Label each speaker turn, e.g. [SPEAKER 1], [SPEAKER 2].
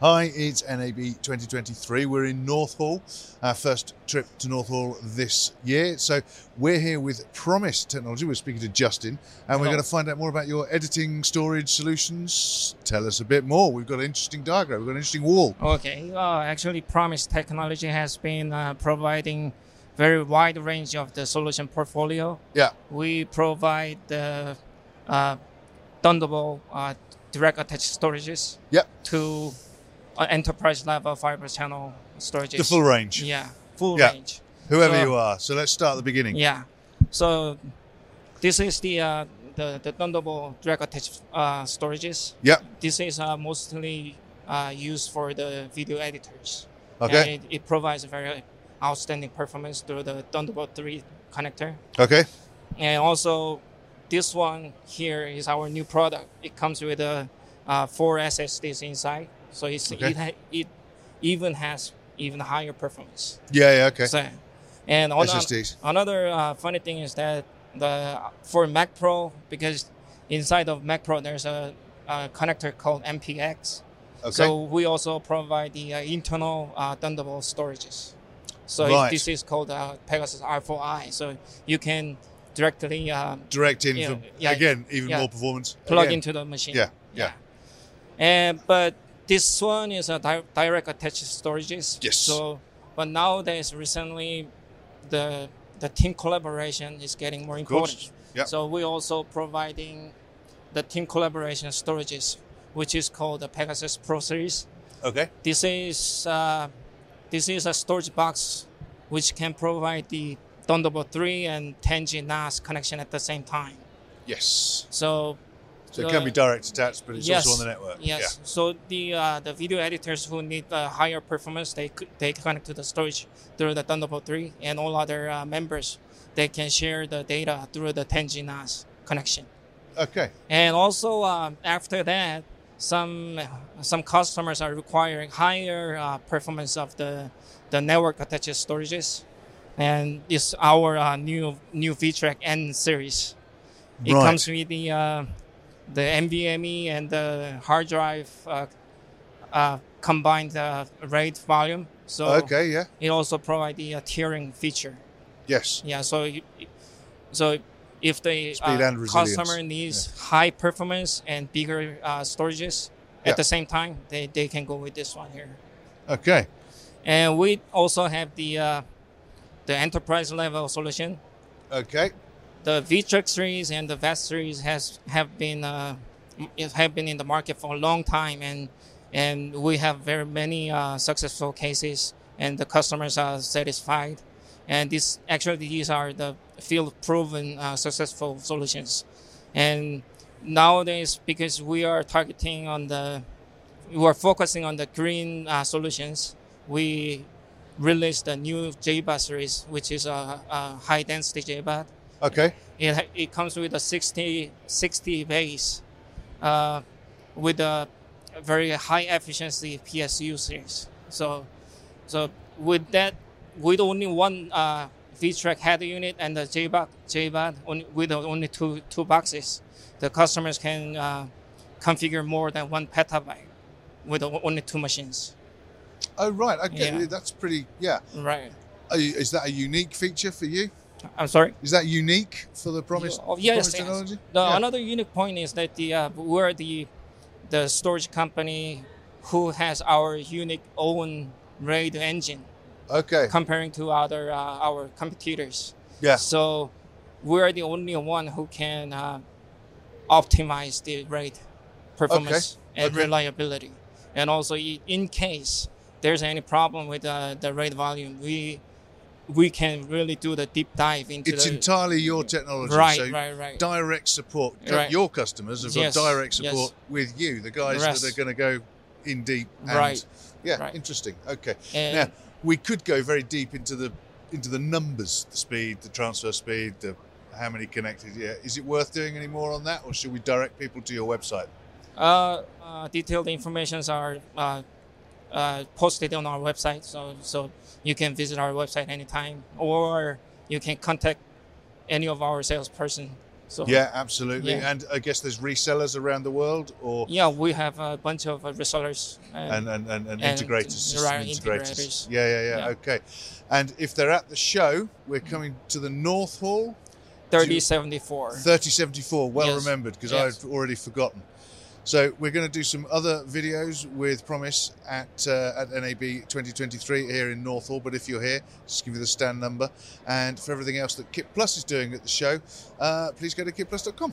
[SPEAKER 1] Hi, it's NAB 2023. We're in Northall, our first trip to Northall this year. So we're here with Promise Technology. We're speaking to Justin, and we're
[SPEAKER 2] Hello.
[SPEAKER 1] going to find out more about your editing storage solutions. Tell us a bit more. We've got an interesting diagram. We've got an interesting wall.
[SPEAKER 2] Okay, well, actually, Promise Technology has been uh, providing very wide range of the solution portfolio.
[SPEAKER 1] Yeah.
[SPEAKER 2] We provide the uh, Thunderbolt uh, direct attached storages
[SPEAKER 1] Yep.
[SPEAKER 2] to uh, enterprise level fiber channel storages.
[SPEAKER 1] The full range,
[SPEAKER 2] Yeah, full
[SPEAKER 1] Yeah.
[SPEAKER 2] range.
[SPEAKER 1] whoever
[SPEAKER 2] So-
[SPEAKER 1] you are. So let's start at the beginning.
[SPEAKER 2] Yeah. So this is the uh, the, the Thunderbolt direct attached uh, storages.
[SPEAKER 1] Yep.
[SPEAKER 2] This is uh, mostly uh, used for the video editors.
[SPEAKER 1] Okay.
[SPEAKER 2] And it, it provides a very outstanding performance through the Thunderbolt 3 connector.
[SPEAKER 1] Okay.
[SPEAKER 2] And also, this one here is our new product. It comes with a, uh, four SSDs inside, so it's,
[SPEAKER 1] Okay.
[SPEAKER 2] it, ha- it even has even higher performance.
[SPEAKER 1] Yeah. Yeah. Okay.
[SPEAKER 2] So, and on,
[SPEAKER 1] SSDs.
[SPEAKER 2] Another uh, funny thing is that the for Mac Pro because inside of Mac Pro there's a, a connector called MPX.
[SPEAKER 1] Okay.
[SPEAKER 2] So we also provide the uh, internal uh, Thunderbolt storages. So it-
[SPEAKER 1] Right.
[SPEAKER 2] this is called uh, Pegasus R4i. So you can directly um,
[SPEAKER 1] Direct in
[SPEAKER 2] yeah,
[SPEAKER 1] for
[SPEAKER 2] yeah,
[SPEAKER 1] again even
[SPEAKER 2] yeah.
[SPEAKER 1] more performance.
[SPEAKER 2] plug
[SPEAKER 1] Again.
[SPEAKER 2] into the machine.
[SPEAKER 1] Yeah, yeah.
[SPEAKER 2] And but this one is a di- direct attached storages.
[SPEAKER 1] Yes.
[SPEAKER 2] So, but nowadays recently, the the team collaboration is getting more
[SPEAKER 1] course,
[SPEAKER 2] important.
[SPEAKER 1] yeah.
[SPEAKER 2] So we also providing the team collaboration storages, which is called the Pegasus Pro Series.
[SPEAKER 1] Okay.
[SPEAKER 2] This is uh, this is a storage box which can provide the Thunderbolt 3 and 10G NAS connection at the same time.
[SPEAKER 1] Yes.
[SPEAKER 2] So
[SPEAKER 1] So it can be
[SPEAKER 2] Uh,
[SPEAKER 1] direct attached, but it's
[SPEAKER 2] yes,
[SPEAKER 1] also on the network.
[SPEAKER 2] Yes. So the uh, the video editors who need uh, higher performance, they c- they connect to the storage through the Thunderbolt 3, and all other uh, members they can share the data through the 10G NAS connection.
[SPEAKER 1] Yeah. Okay.
[SPEAKER 2] And also um, after that, some some customers are requiring higher uh, performance of the the network attached storages, and it's our uh, new new VTRAC N series. It
[SPEAKER 1] Right.
[SPEAKER 2] comes with the uh, the NVMe and the hard drive uh, uh, combined uh, RAID volume. So
[SPEAKER 1] okay. Yeah.
[SPEAKER 2] it also provides the uh, tiering feature.
[SPEAKER 1] Yes.
[SPEAKER 2] Yeah, so you- so if the
[SPEAKER 1] Speed and resilience.
[SPEAKER 2] customer needs high performance and bigger uh, storages
[SPEAKER 1] Yeah.
[SPEAKER 2] at the same time, they, they can go with this one here.
[SPEAKER 1] Okay.
[SPEAKER 2] And we also have the uh, the enterprise level solution.
[SPEAKER 1] Okay.
[SPEAKER 2] The Vtrex series and the Vest series has have been uh, m- have been in the market for a long time, and and we have very many uh, successful cases, and the customers are satisfied. And this actually these are the field proven uh, successful solutions. And nowadays, because we are targeting on the we are focusing on the green uh, solutions, we released the new JBA series, which is a, a high density JBA
[SPEAKER 1] Okay.
[SPEAKER 2] it, ha- it comes with a 60, 60 base uh, with a very high efficiency PSU series. So, so with that, with only one uh, VTRAC header unit and the JBOT, JBOT on, with only two, two boxes, the customers can uh, configure more than one petabyte with o- only two machines.
[SPEAKER 1] Oh right. Okay.
[SPEAKER 2] Yeah.
[SPEAKER 1] That's pretty. Yeah.
[SPEAKER 2] Right.
[SPEAKER 1] Are you, is that a unique feature for you?
[SPEAKER 2] I'm sorry?
[SPEAKER 1] Is that unique for the promise?
[SPEAKER 2] Oh, yes,
[SPEAKER 1] promise
[SPEAKER 2] yes.
[SPEAKER 1] technology?
[SPEAKER 2] The,
[SPEAKER 1] Yeah.
[SPEAKER 2] Another unique point is that the uh, we're the the storage company who has our unique own RAID engine
[SPEAKER 1] Okay.
[SPEAKER 2] comparing to other uh, our competitors.
[SPEAKER 1] Yeah.
[SPEAKER 2] So we're the only one who can uh, optimize the RAID performance and
[SPEAKER 1] Okay.
[SPEAKER 2] reliability. And also, i- in case there's any problem with uh, the RAID volume, we we can really do the deep dive into
[SPEAKER 1] It's
[SPEAKER 2] the
[SPEAKER 1] entirely your technology.
[SPEAKER 2] right,
[SPEAKER 1] so
[SPEAKER 2] right, right.
[SPEAKER 1] direct support.
[SPEAKER 2] Right.
[SPEAKER 1] Your customers have got
[SPEAKER 2] Yes,
[SPEAKER 1] direct
[SPEAKER 2] yes.
[SPEAKER 1] support with you, the guys
[SPEAKER 2] Yes.
[SPEAKER 1] that are going to go in deep. And,
[SPEAKER 2] Right,
[SPEAKER 1] Yeah.
[SPEAKER 2] right.
[SPEAKER 1] Interesting. Okay.
[SPEAKER 2] And-
[SPEAKER 1] now we could go very deep into the into the numbers, the speed, the transfer speed, the how many connected. Yeah. Is it worth doing any more on that, or should we direct people to your website?
[SPEAKER 2] Uh, uh, detailed informations are uh, uh, posted on our website, so so you can visit our website anytime, or you can contact any of our salesperson So
[SPEAKER 1] Yeah, absolutely.
[SPEAKER 2] Yeah.
[SPEAKER 1] And I guess there's resellers around the world, or
[SPEAKER 2] yeah, we have a bunch of uh, resellers.
[SPEAKER 1] and uh, and, and, and,
[SPEAKER 2] And
[SPEAKER 1] integrators, system
[SPEAKER 2] there are
[SPEAKER 1] integrators.
[SPEAKER 2] integrators.
[SPEAKER 1] Yeah, yeah, yeah,
[SPEAKER 2] Yeah. Mm.
[SPEAKER 1] Okay. And if they're at the show, we're coming to the North Hall,
[SPEAKER 2] 3074.
[SPEAKER 1] 3074. Well
[SPEAKER 2] Yes.
[SPEAKER 1] remembered because
[SPEAKER 2] Yes.
[SPEAKER 1] I've already forgotten. So we're going to do some other videos with Promise at uh, at NAB 2023 here in North Hall. But if you're here, just give you the stand number. And for everything else that Kit Plus is doing at the show, uh, please go to kitplus.com.